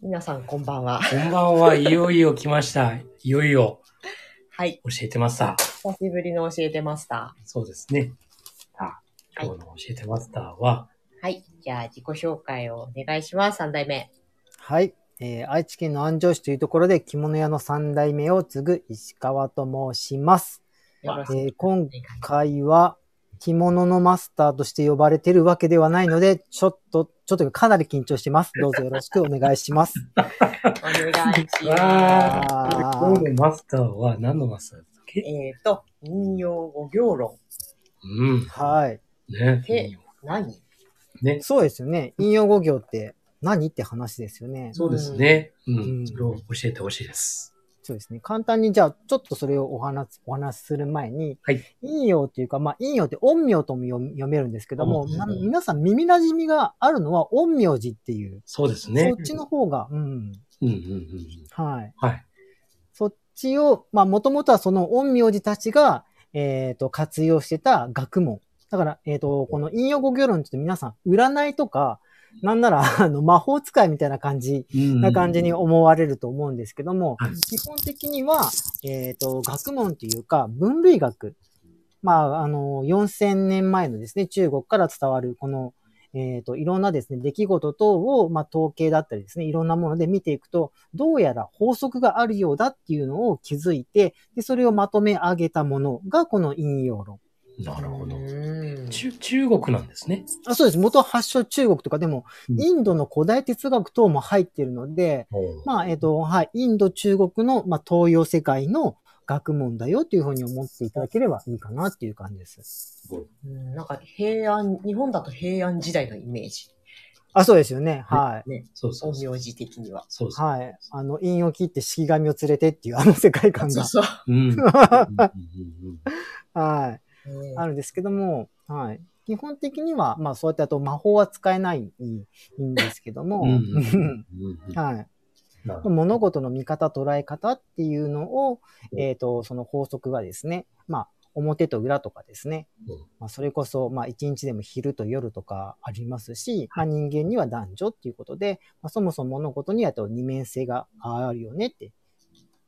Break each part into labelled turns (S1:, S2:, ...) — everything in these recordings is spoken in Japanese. S1: 皆さんこんばんは。
S2: こんばんは。いよいよ来ました。いよいよ
S1: はい。
S2: 教えてました。
S1: 久しぶりの教えてマスタ
S2: そうですね。さあ、今日の教えてマスターは、
S1: ー。はい。じゃあ自己紹介をお願いします。三代目。
S3: はい。えー愛知県の安城市というところで着物屋の三代目を継ぐ石川と申します。
S1: よろしくお願い
S3: え
S1: し
S3: ー今
S1: ます。
S3: 回は着物のマスターとして呼ばれてるわけではないので、ちょっと、ちょっとかなり緊張してます。どうぞよろしくお願いします。
S1: お願いしま
S2: わ
S1: す。
S3: あ
S2: 今
S3: ー
S2: 日のマスターは何のマスターだっけ
S1: えっと、引用五行論。
S2: うん。
S3: はい。
S2: ね。
S1: で何
S2: ね。
S3: そうですよね。引用語行って何って話ですよね。
S2: そうですね。うん。
S3: うん
S2: それを教えてほしいです。
S3: そうですね。簡単にじゃあ、ちょっとそれをお話す、お話しする前に、
S2: はい
S3: 陰陽っていうか、まあ、陰陽って陰陽とも読み読めるんですけども、
S2: うんうんうん
S3: な皆さん耳馴染みがあるのは陰陽字っていう、
S2: そうですね
S3: そ。っちの方が、うん、
S2: うんうんうん。
S3: はい。
S2: はい。
S3: そっちを、まあ、もともとはその陰陽字たちが、えっ、と、活用してた学問。だから、えっ、と、この陰陽語行論って言うと皆さん、占いとか、なんなら、あの、魔法使いみたいな感じな感じに思われると思うんですけども、
S2: はい
S3: 基本的には、えっ、と、学問というか、分類学。まあ、あの、4000年前のですね、中国から伝わる、この、えっ、と、いろんなですね、出来事等を、まあ、統計だったりですね、いろんなもので見ていくと、どうやら法則があるようだっていうのを気づいて、で、それをまとめ上げたものが、この引用論。
S2: なるほど
S1: う。ーん
S2: 中、中国なんですね。
S3: あそうです。元発祥中国とかでも、
S2: うん
S3: インドの古代哲学等も入っているので、まあ、えっ、と、はい、インド、中国の、まあ、東洋世界の学問だよというふうに思っていただければいいかなっていう感じです。
S1: うんなんか平安、日本だと平安時代のイメージ。
S3: あ、そうですよね。は
S2: そうそう
S1: 陰
S2: そう。
S1: 陽字的には。
S2: そう
S3: い。
S2: そう。
S3: はい。あの、陰を切って式神を連れてっていうあの世界観
S1: そう
S3: が、
S1: そう。
S2: うん。うんうんうんうん
S3: はい、
S1: うん
S3: あるんですけども、はい。基本的には、まあ、そうやってあと魔法は使えないんんですけども、
S2: うんうんうんう ん
S3: はい。
S2: なるほど
S3: 物事の見方、捉え方っていうのを、
S2: うん
S3: えっ、と、その法則がですね、まあ、表と裏とかですね、
S2: うん
S3: まあ、それこそ、まあ、一日でも昼と夜とかありますし、まあ、人間には男女っていうことで、まあ、そもそも物事にはと二面性があるよねって。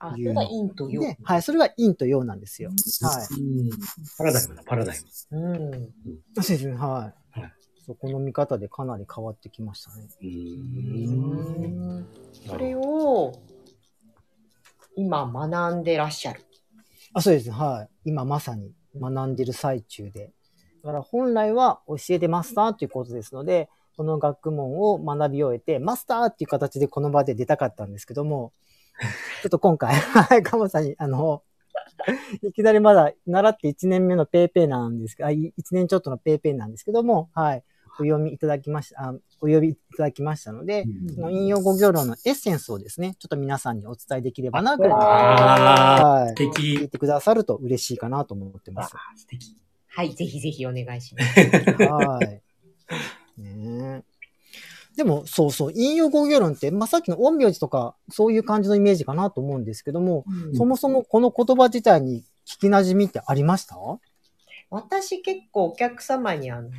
S1: あ、それが陰と陽。
S3: で、はい、それが陰と陽なんですよ。は
S2: うんパラダイムだ、パラダイム。
S1: うん。
S3: い。そうですね、はい。
S2: はい
S3: そうこの見方でかなり変わってきましたね。う
S2: う
S3: ん
S2: ん。
S1: それを今学んでらっしゃる。
S3: あ、そうです。はい。今まさに学んでる最中で。だから本来は教えてマスターということですので、この学問を学び終えて、マスターっていう形でこの場で出たかったんですけども、ちょっと今回、はい、かもさんに、あの、いきなりまだ習って1年目のペーペーなんですけど、あ1年ちょっとのペーペーなんですけども、はい、お読みいただきました、あお呼びいただきましたので、その引用語行論のエッセンスをですね、ちょっと皆さんにお伝えできればな、くらいの
S2: あ
S3: は
S2: あ、
S3: い
S2: 素。敵
S3: 聞い。てくださると嬉しいかなと思ってます。
S2: 素敵。
S1: はい、ぜひぜひお願いします。
S3: はい。ねえでも、そうそう、引用語行論って、まあ、さっきの陰陽字とか、そういう感じのイメージかなと思うんですけども、そもそもこの言葉自体に聞き馴染みってありました
S1: 私結構お客様にあの、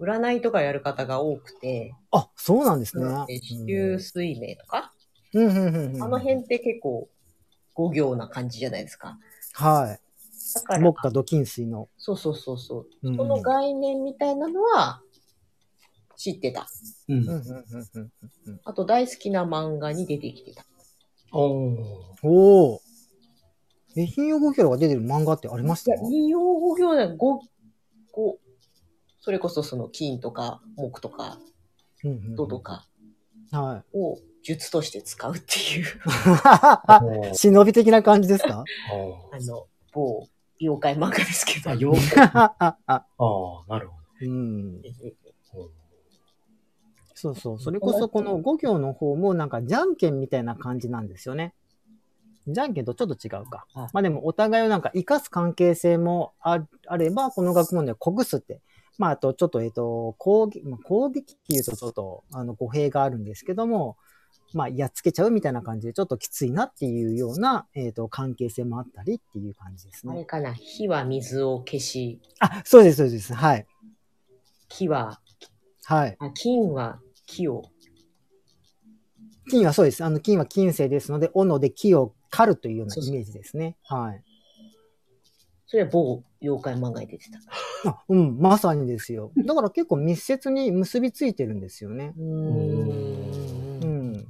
S1: 占いとかやる方が多くて、
S3: あ、そうなんですね。
S1: 地球水明とか、
S3: うんうんうんうん
S1: あの辺って結構五行な感じじゃないですか。
S3: は
S1: だか
S3: い。
S1: ら
S3: 木、下土金水の。
S1: そうそうそうそう。
S3: うんうん
S1: この概念みたいなのは知ってた。
S2: うん
S3: うんうんうんうんうん
S1: あと大好きな漫画に出てきてた。
S2: おー
S3: おお。え、引用語行論が出てる漫画ってありまし
S1: い
S3: た
S1: や、引用語行な五五それこそその金とか木とか
S3: うんうん
S1: 土とか
S3: は
S1: を術として使うってい
S3: い。
S1: う、
S2: お ー
S3: 忍び的な感じです か
S2: お
S1: あの、某妖怪漫画ですけ
S2: ー
S1: ど
S2: あ、。よう。ああ、なるほ
S3: うん。
S2: ど。
S3: そうそう。それこそこの5行の方もなんかじゃんけんみたいな感じなんですよね。じゃんけんとちょっと違うか。
S1: はい
S3: まあでもお互いをなんか生かす関係性もああれば、この学問ではこぐすって。まああとちょっとえっ、と、攻撃、まあ、攻撃っていうとちょっとあの語弊があるんですけども、まあやっつけちゃうみたいな感じでちょっときついなっていうような、えっ、と、関係性もあったりっていう感じです
S1: あれ
S3: ね。
S1: かな、火は水を消し、
S3: あ、そうです、そうです。はい。
S1: 木は、
S3: はい。
S1: あ金は木を
S3: 金はそうです。あの、金は金星ですので、斧で木を狩るというような
S1: そうそ
S3: イ
S1: う
S3: メージですね。はい。
S1: それは某妖怪漫画に出てた。
S3: あうん、まさにですよ。だから結構密接に結びついてるんですよね。
S1: うー。
S2: ん
S3: うんん。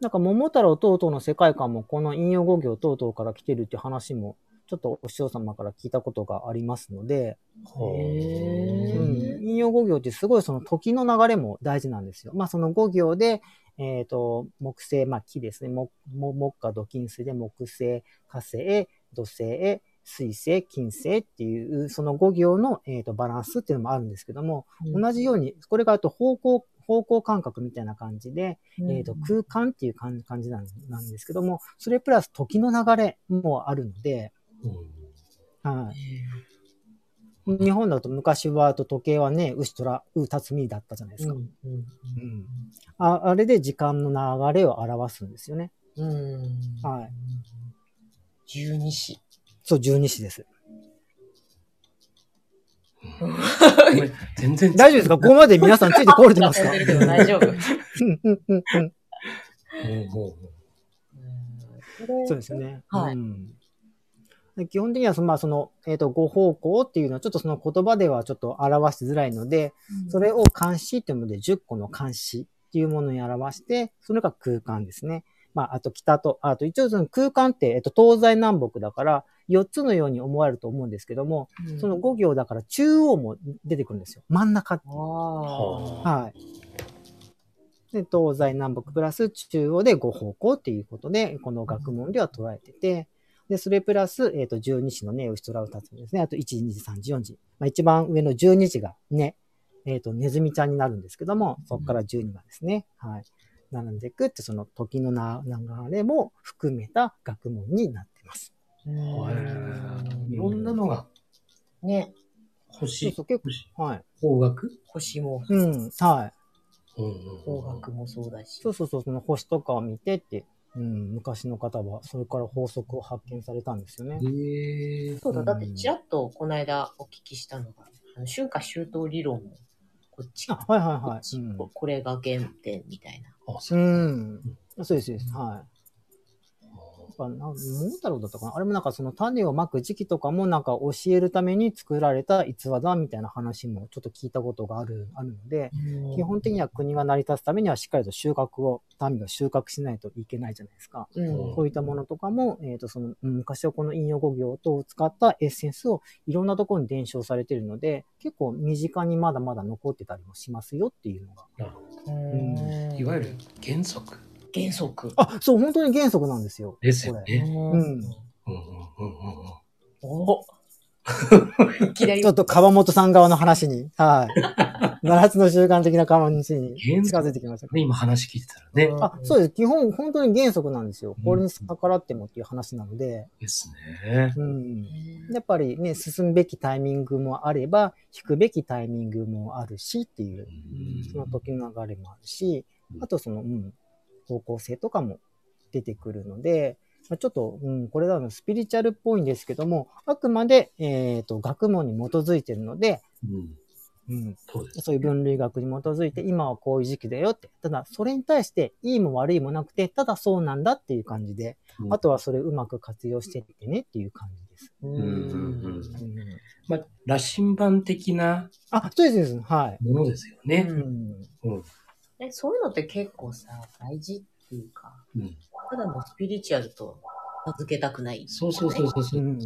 S3: なんか、桃太郎等々の世界観も、この引用語行等々から来てるっていう話も、ちょっとお師匠様から聞いたことがありますので、
S1: へー
S3: うん、引用語行ってすごいその時の流れも大事なんですよ。まあその語行で、えっ、と、木星、まあ木ですね。木、木木下土金水で木星、火星、土星、水星、金星っていう、その語行の、えー、とバランスっていうのもあるんですけども、同じように、これがあと方向、方向感覚みたいな感じで、えー、と空間っていう感じ感じなんなんですけども、それプラス時の流れもあるので、はい、日本だと昔はあと時計はね、牛虎、うたつみだったじゃないですか。うんああれで時間の流れを表すんですよね。はい。
S1: 十二子。
S3: そう、十二支です。
S2: これ全然
S3: 大丈夫ですかここまで皆さんついてこれてます か
S1: 大丈夫。
S3: うんうんうんうん
S2: うんうん
S3: そうですよね。
S1: はい
S3: うんで基本的にはその、まあ、その、えっ、と、ご方向っていうのは、ちょっとその言葉ではちょっと表しづらいので、それを監視っていうので、10個の監視っていうものに表して、それが空間ですね。まあ、あと北と、あと一応その空間って、えっと、東西南北だから、4つのように思われると思うんですけども、
S1: うん
S3: その5行だから中央も出てくるんですよ。真ん中。
S1: ああ。
S3: はい。で、東西南北プラス中央で5方向っていうことで、この学問では捉えてて、で、それプラス、えっ、と、12時のね、ウシトラウタツですね。あと1時、2時、3時、4時。まあ、一番上の12時がね、えっ、と、ネズミちゃんになるんですけども、そこから12がですね、はい。並んでいくって、その時のな流れも含めた学問になってます。
S2: うんいろんなのが
S1: ね、
S3: そう
S2: 星、
S3: そう、結
S2: 星
S3: 構、はい。
S2: 方角
S1: 星も、
S3: うん、はい。
S2: うんうん
S1: 方角もそうだし
S3: そ。うそうそう、その星とかを見てって、うん、昔の方はそれから法則を発見されたんですよね。
S2: へえ
S1: そうだ、だってちらっとこの間お聞きしたのが、あの春夏秋冬理論も、こっち
S3: あ、
S1: か、
S3: はいはい
S1: こ
S3: は
S1: っち
S3: い。うん、
S1: ここれが原点みたいな。
S2: あ、そうう。
S3: んそうです、そうです。はい。やっぱな桃太郎だったかなあれもなんかその種をまく時期とかもなんか教えるために作られた逸話だみたいな話もちょっと聞いたことがある、あるので、基本的には国が成り立つためにはしっかりと収穫を、民が収穫しないといけないじゃないですか。
S1: うん
S3: こういったものとかも、えっ、と、その、うん昔はこの引用語行等を使ったエッセンスをいろんなところに伝承されているので、結構身近にまだまだ残ってたりもしますよっていうのが。
S2: なるほど
S1: うん
S2: いわゆる原則
S1: 原則。
S3: あ、そう、本当に原則なんですよ。
S2: ですよね。
S1: うん
S2: うんうんうんうんうん。
S1: お いきなり
S3: ちょっと川本さん側の話に、 はい。7つの習慣的な川本さんに近
S2: 原則
S3: づいてきました。
S2: で、今話聞いてたらね。
S1: うん
S3: あ、そうです。基本、本当に原則なんですよ
S2: うん。
S3: これに逆らってもっていう話なので、
S2: ですね。
S3: うん。やっぱりね、進むべきタイミングもあれば、引くべきタイミングもあるしっていう
S2: う、ん
S3: その時の流れもあるし
S2: う、ん
S3: あとその、うん、方向性とかも出てくるので、まあちょっと、うん、これらのスピリチュアルっぽいんですけども、あくまで、えっ、と、学問に基づいてるので、
S2: うん
S3: うん、
S2: そうです。
S3: そういう分類学に基づいて、今はこういう時期だよって、ただ、それに対して、いいも悪いもなくて、ただそうなんだっていう感じで、
S2: うん
S3: あとはそれをうまく活用してってねっていう感じです。
S1: うん
S2: うん
S3: うん
S2: まあ、羅針盤的な
S3: あ、そうです、そうです。はい。
S2: ものですよね。
S3: うん
S2: うん。
S1: えそういうのって結構さ、大事っていうか、
S2: うん。
S1: ただのスピリチュアルと名付けたくない。
S2: そうそうそうそうそうう。
S3: ん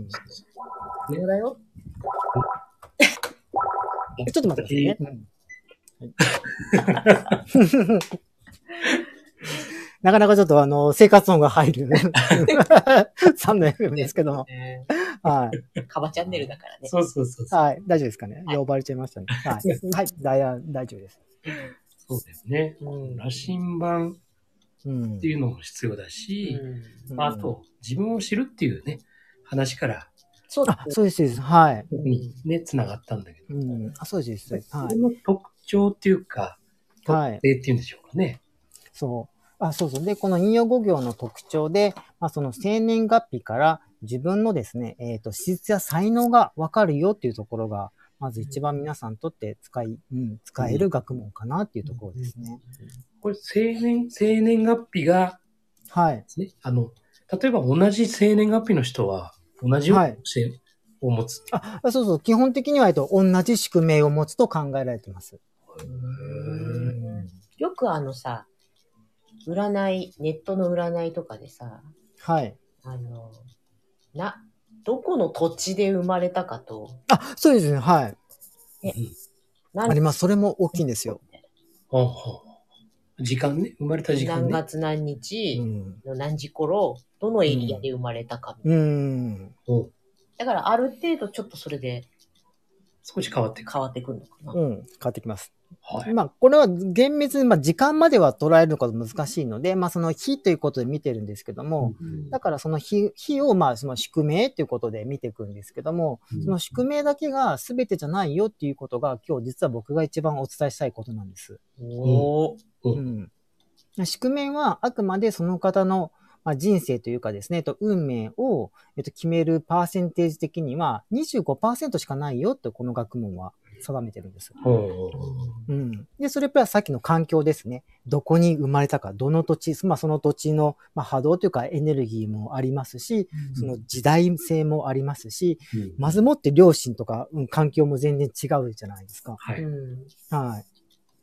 S1: これだよ。
S3: ちょっと待ってくださいね。はいなかなかちょっとあの、生活音が入る3の FM ですけども。はい。
S1: カバチャンネルだからね。
S2: そうそうそうそう。
S3: はい。大丈夫ですかね呼ばれちゃいましたね。はい。はい。大大丈夫です。
S2: そうだよね。羅針盤
S3: うん
S2: って。いうのも必要だし、
S1: うん
S2: まあ、あと、自分を知るっていうね、話から、
S1: そうだ
S3: あ、そうです、そうです。はい。
S2: ここにね、つながったんだけど、
S3: うん。あ、そうです、そうです。は
S2: それ
S3: い。
S2: の特徴っていうか、
S3: はい
S2: 特性っていうんでしょうかね。
S3: そう。あ、そうそう。で、この引用語行の特徴で、まあ、その生年月日から自分のですね、えっ、と、資質や才能がわかるよっていうところが、まず一番皆さんにとって使い、うん、使える学問かなっていうところですね。
S2: これ、生年、生年月日が
S3: はい。
S2: ですね、あの、例えば同じ生年月日の人は、同じような教を持つっていう。
S3: あそうそう。基本的には、えっと、同じ宿命を持つと考えられてます。
S1: よくあのさ、占い、ネットの占いとかでさ、
S3: はい。
S1: あの、な、どこの土地で生まれたかと、
S3: あ、そうですね。はい。
S1: 何
S3: あります。それも大きいんですよ。
S2: ほうほう時間ね、生まれた時間
S1: 何
S2: ね。
S1: 月何
S3: う
S1: 日
S3: ん。
S1: の何時頃、どのエリアで生まれたか。
S3: うん。
S2: ほう
S1: だからある程度ちょっとそれで
S2: 少し変わっていく。
S1: 変わってくるのかな。
S3: うん。変わってきます。
S2: はい。
S3: まあ、これは厳密に、まあ、時間までは捉えるのが難しいので、まあ、その日ということで見てるんですけども、
S2: うん
S3: だからその日、日を、まあ、その宿命ということで見ていくんですけども、その宿命だけが全てじゃないよっていうことが、今日実は僕が一番お伝えしたいことなんです。
S1: おー
S3: うん。宿命はあくまでその方の、まあ、人生というかですね、えっと運命を、えっと、決めるパーセンテージ的には25%しかないよってこの学問は定めてるんです。
S2: ほうほうほ
S3: うん。で、それプラスさっきの環境ですね。どこに生まれたか、どの土地、まあその土地の、まあ、波動というかエネルギーもありますし、
S2: う
S3: その時代性もありますし、
S2: うん
S3: まずもって両親とか、うん、環境も全然違うじゃないですか。
S2: は
S1: う
S2: い。
S1: ん。
S3: はい。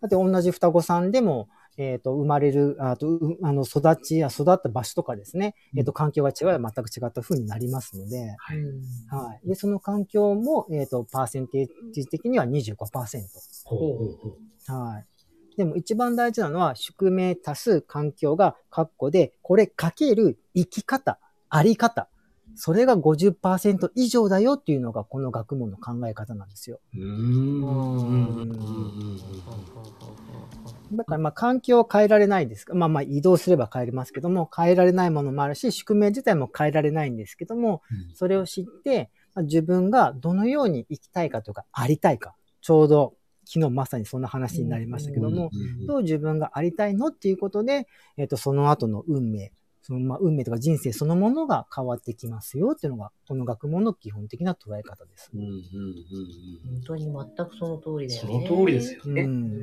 S3: だって同じ双子さんでも、えっ、と、生まれる、あと、うあの、育ちや育った場所とかですね、えっ、と、環境が違えば全く違った風になりますので、
S2: はい
S3: はい。で、その環境も、えっ、と、パーセンテージ的には25%。
S2: ほうほうほう
S3: はい。でも一番大事なのは、宿命足す環境が括弧で、これかける生き方、あり方。それが50%以上だよっていうのが、この学問の考え方なんですよ。
S2: うーんうんうんうん
S3: だから、まあ、環境を変えられないです。まあまあ、移動すれば変えれますけども、変えられないものもあるし、宿命自体も変えられないんですけども、それを知って、まあ自分がどのように生きたいかというか、ありたいか。ちょうど、昨日まさにそんな話になりましたけども、
S2: うん
S3: どう自分がありたいのっていうことで、えっ、と、その後の運命、そのまあ運命とか人生そのものが変わってきますよっていうのが、この学問の基本的な捉え方です。
S2: うんうんうん
S1: 本当に全くその通り
S2: うん
S1: だよ
S2: そ
S1: ね。
S2: の通りですよ
S3: う。
S2: ね。
S1: うんん。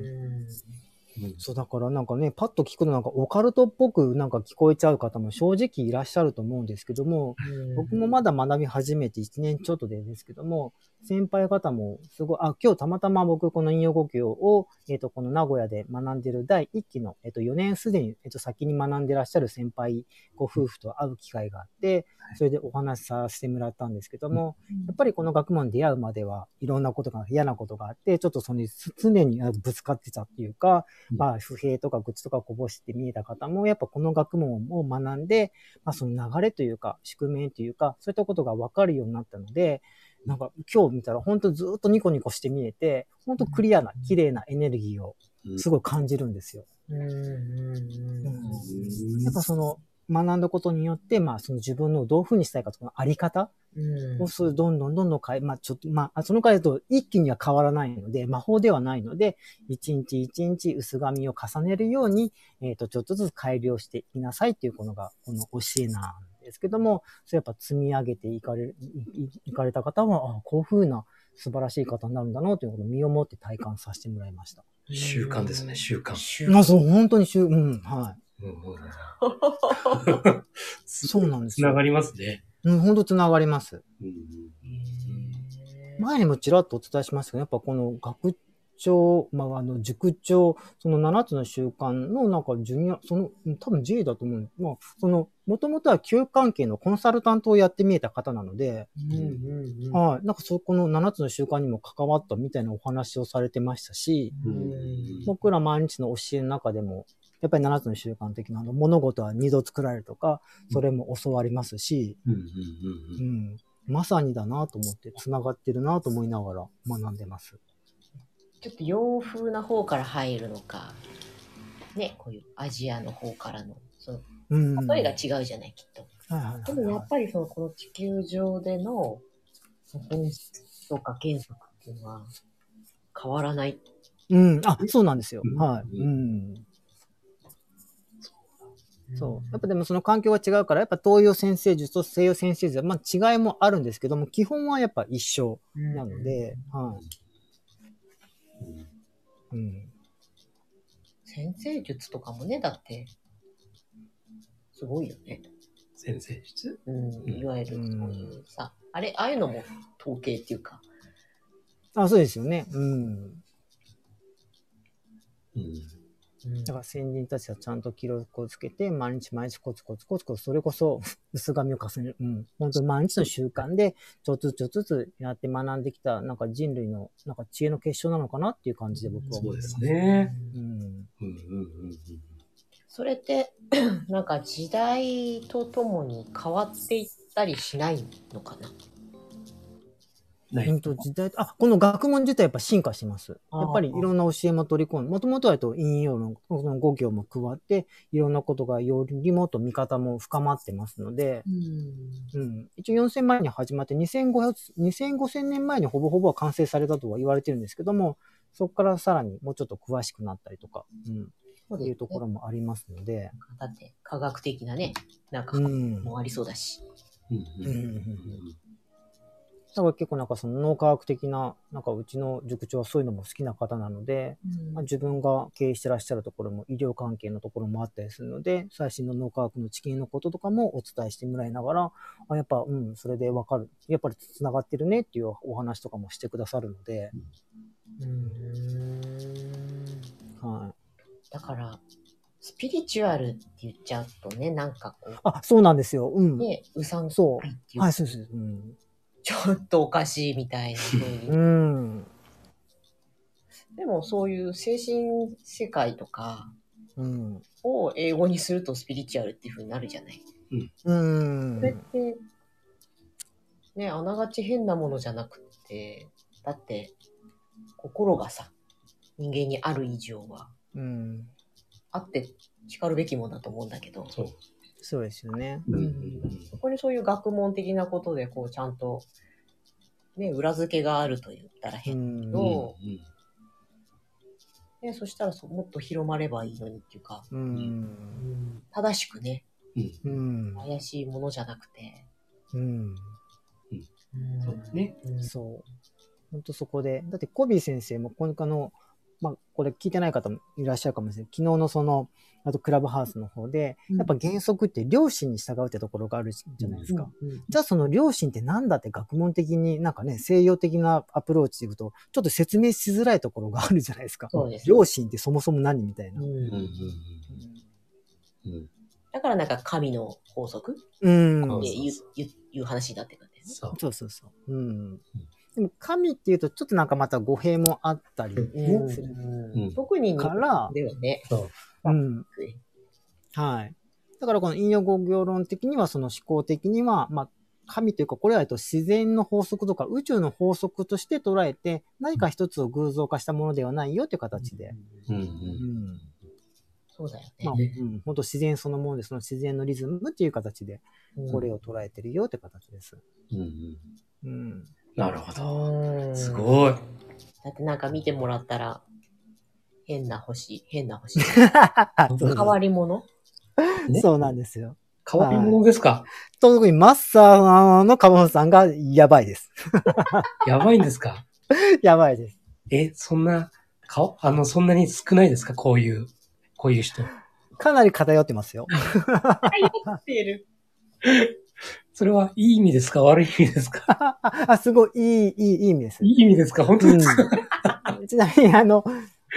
S2: うん
S3: そう、だからなんかね、パッと聞くとなんかオカルトっぽくなんか聞こえちゃう方も正直いらっしゃると思うんですけども、僕もまだ学び始めて1年ちょっとでですけども、先輩方もすごい、あ、今日たまたま僕この引用呼吸を、えっ、と、この名古屋で学んでる第1期の、えっ、と、4年すでに、えっ、と、先に学んでらっしゃる先輩ご夫婦と会う機会があって、それでお話しさせてもらったんですけども、やっぱりこの学問に出会うまではいろんなことが、嫌なことがあって、ちょっとその常にあぶつかってたっていうか、
S2: うん
S3: まあ、不平とか愚痴とかこぼして見えた方も、やっぱこの学問を学んで、まあ、その流れというか、宿命というか、そういったことが分かるようになったので、なんか今日見たら本当ずっとニコニコして見えて、本当クリアな、綺麗なエネルギーをすごい感じるんですよ。
S1: うんうんうん
S3: やっぱその、学んだことによって、まあ、その自分のどういうふうにしたいかとかのあり方
S1: うん
S3: をそういうどんどんどんどん変え、まあ、ちょっと、まあ、その回だと一気には変わらないので、魔法ではないので、一日一日薄紙を重ねるように、えっ、と、ちょっとずつ改良していきなさいっていうこのが、この教えなんですけども、そうやっぱ積み上げていかれる、いいいかれた方は、あこういうふうな素晴らしい方になるんだなということを身をもって体感させてもらいました。
S2: 習慣ですね、。習慣。
S1: 習
S3: まあ、
S1: 慣。
S3: そう、本当にしゅ、うん、は
S2: うんうん
S3: い。そうなんです
S2: つな
S3: よ。
S2: がりますね。
S3: うん、本当つながります。
S1: ま
S3: 前にもちらっとお伝えしましたけど、やっぱこの学長、まあ、あの、塾長、その7つの習慣の、なんか、ジュニア、その、うん多分 J だと思うんです。まあ、その、もともとは教育関係のコンサルタントをやってみえた方なので、
S1: うんうんうん
S3: はい、なんかそこの7つの習慣にも関わったみたいなお話をされてましたし、
S2: うん
S3: 僕ら毎日の教えの中でも、やっぱり7つの習慣的なあの、物事は二度作られるとか、それも教わりますし、
S2: うんうんう
S3: うんん、まさにだなと思って、繋がってるなと思いながら学んでます。
S1: ちょっと洋風な方から入るのか、ね、こういうアジアの方からの、その
S3: うん。
S1: 例えが違うじゃない、きっと。
S3: はいはいはいはい
S1: でもやっぱりその、この地球上での本質とか原則っていうのは変わらない。
S3: うん。あ、そうなんですよ
S2: う。ん
S3: はい。うん。そう。やっぱでもその環境が違うから、やっぱ東洋先生術と西洋先生術は、まあ違いもあるんですけども、基本はやっぱ一緒
S1: うん
S3: なので、はい。うん。
S1: 先生術とかもね、だって、すごいよね。
S2: 先生術
S1: うん、いわゆるそういうさ、あれ、ああいうのも統計っていうか、
S3: あ、そうですよね。うん。
S2: うん。
S1: うん
S3: だから先人たちはちゃんと記録をつけて、毎日毎日コツコツコツコツ、それこそ 薄紙を重ねる。うん。本当に毎日の習慣で、ちょっとずつちょっとずつやって学んできた、なんか人類の、なんか知恵の結晶なのかなっていう感じで僕は
S2: そ
S3: 思
S2: う
S3: って
S2: で
S3: ますす。
S2: ね。
S3: うん。
S2: うんうんうんうん。
S1: それって、 なんか時代とともに変わっていったりしないのかな。
S2: ない。
S3: 本当時代、あ、この学問自体やっぱ進化してます。
S1: あー
S3: やっぱりいろんな教えも取り込んで、もともとはと引用論、この5行も加わって、いろんなことがよりもっと見方も深まってますので、うん。一応4000万に始まって2500、2500年前にほぼほぼは完成されたとは言われてるんですけども、そこからさらにもうちょっと詳しくなったりとか、うん。
S1: そ
S3: っ
S1: う
S3: て
S1: で
S3: い
S1: す
S3: うとこ
S1: ね
S3: ろもありますので、
S1: だって科学的なね、なんか
S3: うん。
S1: もありそうだし。
S2: うん
S3: うん
S2: う
S3: うんん
S2: う
S3: うんんだから結構なんかその脳科学的な、なんかうちの塾長はそういうのも好きな方なので、まあ、自分が経営してらっしゃるところも医療関係のところもあったりするので、最新の脳科学の知見のこととかもお伝えしてもらいながら、あやっぱ、うん、それでわかる。やっぱりつながってるねっていうお話とかもしてくださるので、はい。
S1: だから、スピリチュアルって言っちゃうとね、なんかこ
S3: あ、そうなんですよ。うん
S1: う、。ね、うさんく
S3: そ。
S1: さいっていうう、
S3: はい、そうです。うん。
S1: ちょっとおかしいみ たいな風に
S3: うん。
S1: でもそういう精神世界とか
S3: うん。
S1: を英語にするとスピリチュアルっていう風になるじゃない。
S3: うん
S1: それって、ね、あながち変なものじゃなくって、だって心がさ、人間にある以上は、
S3: うん。
S1: あって叱るべきもんだと思うんだけど、
S2: そう。
S3: そうですよね。
S2: うんうんうん
S1: そこにそういう学問的なことで、こう、ちゃんと、ね、裏付けがあると言ったら
S3: う
S1: 変。
S3: ん。
S1: ど
S2: うん
S1: ね、そしたらそうもっと広まればいいのにっていうか、
S3: うん。
S1: 正しくね、
S2: うん
S3: うん。
S1: 怪しいものじゃなくて。
S3: うん。
S2: そうですね。
S1: うん
S3: そう。本当そこで。だってコビー先生も、この、あの、まあ、これ聞いてない方もいらっしゃるかもしれない。昨日のその、あとクラブハウスの方で、
S1: うん
S3: やっぱ原則って良心に従うってところがあるじゃないですか。
S1: うんうん
S3: じゃあその良心ってなんだって学問的になんかね、西洋的なアプローチでいくと、ちょっと説明しづらいところがあるじゃないですか。
S1: そうです
S3: 良心ってそもそも何みたいな。
S2: うんうんうんうん。
S1: だからなんか神の法則って
S3: うん。
S2: そうそう
S1: いういういう話になってくるんです
S2: そう。
S3: そうそうそう。うん。でも神っていうとちょっとなんかまた語弊もあったり
S1: ね。
S3: ねする
S1: うん
S2: うん
S1: 特に日
S3: か
S1: 本
S3: ら、
S1: ではね、
S2: そう。
S3: うん。はい。だからこの引用語行論的には、その思考的には、まあ、神というか、これはえっと自然の法則とか宇宙の法則として捉えて、何か一つを偶像化したものではないよという形で。
S2: うんう
S3: うんん。
S1: そうだよね。
S3: まあ、うん、本当自然そのもので、その自然のリズムっていう形で、これを捉えてるよという形です。
S2: うんうん。
S3: うん。
S2: なるほど。
S1: うん
S2: すごい。
S1: だってなんか見てもらったら、変な星、変な 星。変わり者
S2: ね
S3: そうなんですよ。
S2: 変わり者ですか
S3: 特にマッサーのカモンさんがやばいです。
S2: やばいんですか
S3: やばいです。
S2: え、そんな、顔あの、そんなに少ないですかこういう、こういう人。
S3: かなり偏ってますよ。
S1: ってる。
S2: それはいい意味ですか悪い意味ですか
S3: あ、すごい、いい、いい、いい意味です。
S2: いい意味ですか本当ですか、
S3: うん、 ちなみに、あの、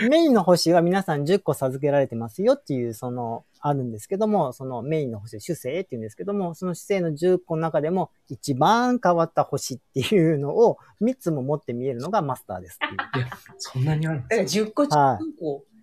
S3: メインの星は皆さん10個授けられてますよっていう、その、あるんですけども、そのメインの星、主星っていうんですけども、その主星の10個の中でも一番変わった星っていうのを3つも持って見えるのがマスターですっていう。
S2: そんなにある
S1: だから10個中こう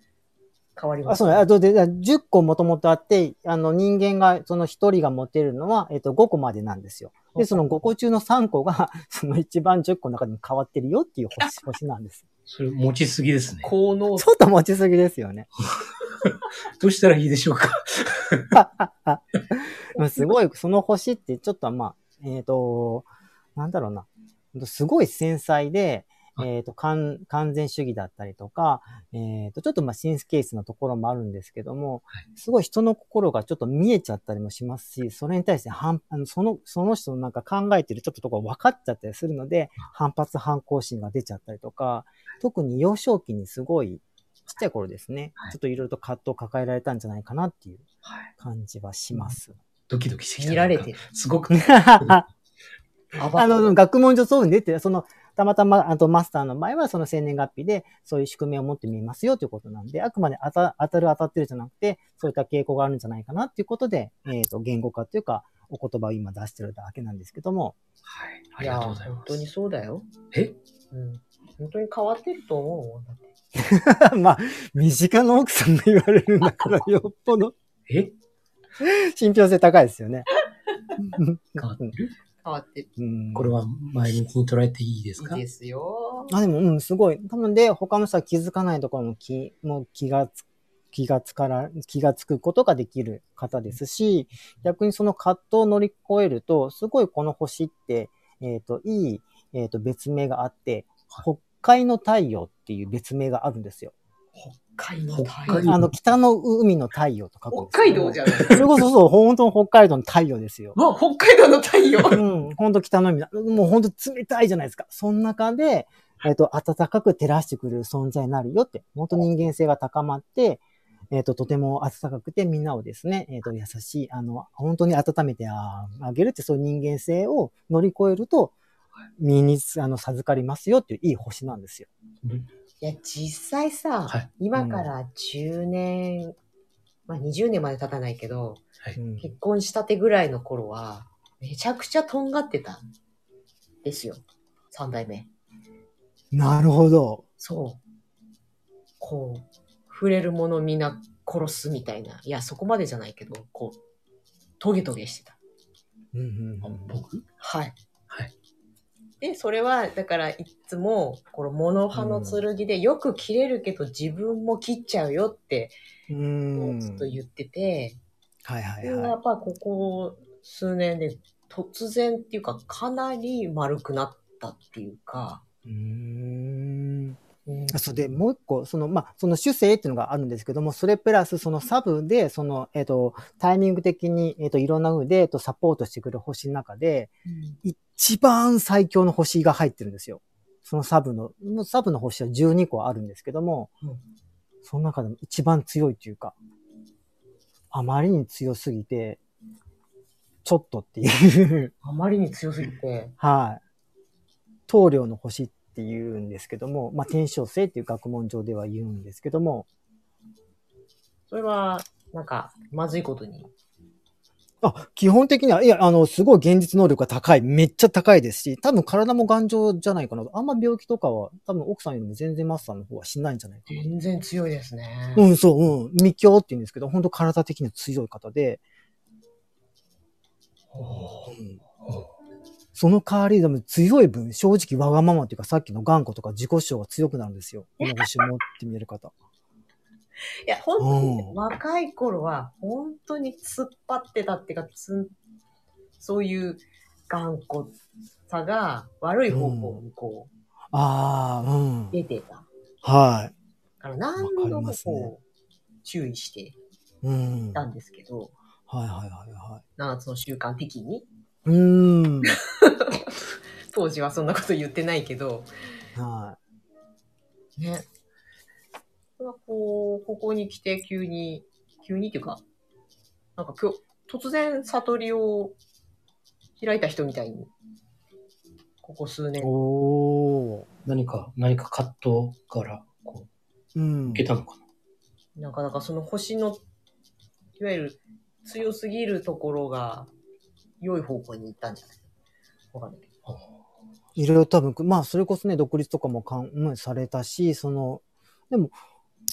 S1: 変わり
S3: あ、
S1: 者。
S3: そうね。あとで、あ10個もともとあって、あの人間が、その1人が持てるのは、えっと、5個までなんですよ。で、その5個中の3個が、その一番10個の中でも変わってるよっていう星、星なんです。
S2: それ持ちすぎですね。
S1: 効能
S3: ちょっと持ちすぎですよね。
S2: どうしたらいいでしょうか
S3: まあすごい、その星ってちょっとまあ、えっ、と、なんだろうな。ほんとすごい繊細で、えっ、と、完完全主義だったりとか、えっ、と、ちょっとまあ、神経質なところもあるんですけども、すごい人の心がちょっと見えちゃったりもしますし、それに対して反、あのその、その人のなんか考えてるちょっとところ分かっちゃったりするので、反発反抗心が出ちゃったりとか、特に幼少期にすごいっちゃい頃ですね、
S2: はい
S3: ちょっといろいろと葛藤を抱えられたんじゃないかなっていう
S2: はい。
S3: 感じはします。
S2: ドキドキしてきた。
S1: 見られてる。
S2: すごく、
S1: あ
S3: あの、学問上そういうふうに出て、その、たまたま、あとマスターの場合は、その生年月日で、そういう仕組みを持ってみますよということなんで、あくまで当た当たる当たってるじゃなくて、そういった傾向があるんじゃないかなっていうことで、えっ、と、言語化というか、お言葉を今出してるだけなんですけども、
S2: はい。ありがとうござい
S1: や
S2: ま
S1: 本当に
S2: す。
S1: そうだよ。
S2: え
S1: うん。本当に変わってると思うもん。だって
S3: まあ、身近な奥さんが言われるんだから、よっぽど
S2: え
S3: 信憑性高いですよね。
S2: 変わってる
S1: 変わってる
S3: うん
S2: これは前向きに捉えていいですか
S1: んです よ。
S3: あ、でも、うん、すごい。多分で、他の人は気づかないところも気、もう気がつ、気がつから、気がつくことができる方ですし、逆にその葛藤を乗り越えると、すごいこの星って、えっ、と、いい、えっ、と、別名があって、
S2: はい
S3: 北海の太陽っていう別名があるんですよ。
S1: 北海道
S2: 北海道
S3: あの、北の海の太陽と書くんです
S1: 北海道じ
S3: ゃ
S1: ゃない。
S3: それこそそう、本当に北海道の太陽ですよ。
S1: まあ、北海道の太陽。
S3: うん、本当北の海だ。もう本当冷たいじゃないですか。その中で、えっ、と、暖かく照らしてくれる存在になるよって、本当人間性が高まって、えっ、と、とても暖かくてみんなをですね、えっ、と、優しい、あの、本当に温めてああげるって、そういう人間性を乗り越えると、身につ、あの、授かりますよっていういい星なんですよ。
S1: いや、実際さ、
S2: はい
S1: 今から10年、まあ20年まで経たないけど、
S3: うん
S1: 結婚したてぐらいの頃は、めちゃくちゃとんがってた。ですよ。三代目。
S3: なるほど。
S1: そう。こう、触れるものみんな殺すみたいな。いや、そこまでじゃないけど、こう、トゲトゲしてた。
S3: うんうん
S2: あ僕
S1: はい。
S2: はい。
S1: で、それは、だから、いっつも、この物刃の剣で、よく切れるけど自分も切っちゃうよって、
S3: うん。
S1: ずっと言ってて、
S3: はいはい
S1: これはや
S3: は
S1: っぱここ数年で突然っていうか、かなり丸くなったっていうか、
S3: い。うん。
S1: うん
S3: あそうで、もう一個、その、まあ、その主性っていうのがあるんですけども、それプラス、そのサブで、その、えっ、と、タイミング的に、えっ、と、いろんな風で、えっ、と、サポートしてくれる星の中で、一番最強の星が入ってるんですよ。そのサブの、もうサブの星は12個あるんですけども、
S1: うん
S3: その中でも一番強いというか、あまりに強すぎて、ちょっとっていう、
S1: あまりに強すぎて、
S3: はい。棟梁の星って言うんですけども、まあ、天正星っていう学問上では言うんですけども、
S1: それは、なんか、まずいことに。
S3: あ、基本的には、いや、あの、すごい現実能力が高い。めっちゃ高いですし、多分体も頑丈じゃないかな。あんま病気とかは、多分奥さんよりも全然マスターの方はしないんじゃないかな。
S1: 全然強いですね。
S3: うん、そう、うん。未強って言うんですけど、本当体的には強い方で、
S2: おーお
S3: その代わりでも強い分、正直わがままっていうか、さっきの頑固とか自己主張が強くなるんですよ。この星を持ってみる方。
S1: いや、本当にね
S3: うん
S1: 若い頃は、本当に突っ張ってたっていうか、つんそういう頑固さが悪い方向にこう、
S3: ああ、うん。
S1: 出てた。
S3: は
S1: から何
S3: わか
S1: 度
S3: り
S1: も
S3: ますね
S1: こう、注意して
S3: い。うん。
S1: た
S3: はい
S1: んですけど、
S3: はいはいは
S1: 7つの習慣的に。
S3: い。うーん。
S1: 当時はそんなこと言ってないけど、
S3: は
S1: ね。これはこう、ここに来て急に、急にっていうか、なんか今日、突然悟りを開いた人みたいに、ここ数
S3: い。
S1: 年、
S3: おー。
S2: 何か、何か葛藤から、こう、
S3: うん
S2: 受け。たのかな
S1: なかなかその星の、いわゆる強すぎるところが、良い方向に行ったんじゃないわかんないけど。
S3: いろいろ多分、まあ、それこそね、独立とかもかん、うんされたし、その、でも、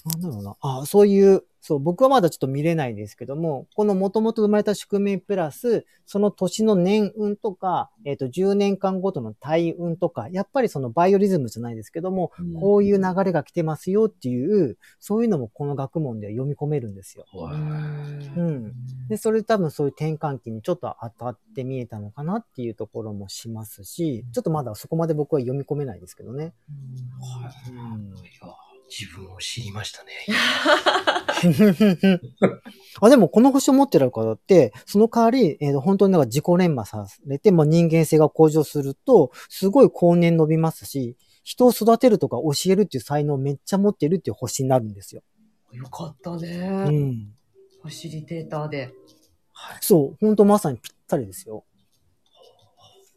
S3: なんだろうな、あそういう、そう、僕はまだちょっと見れないですけども、この元々生まれた宿命プラス、その年の年運とか、えっ、と、10年間ごとの大運とか、やっぱりそのバイオリズムじゃないですけども、こういう流れが来てますよっていう、そういうのもこの学問では読み込めるんですよ。
S2: お
S3: う
S2: い
S3: ん。で、それ多分そういう転換期にちょっと当たって見えたのかなっていうところもしますし、ちょっとまだそこまで僕は読み込めないですけど ね。
S2: はいいや自分を知りましたね。
S3: あでもこの星を持ってる方って、その代わり、えーと本当になんか自己連磨されて、まあ、人間性が向上すると、すごい後年伸びますし、人を育てるとか教えるっていう才能をめっちゃ持ってるっていう星になるんですよ。
S1: よかったね。
S3: うん。
S1: ファシリテーターで。
S3: そう、本当まさにぴったりですよ。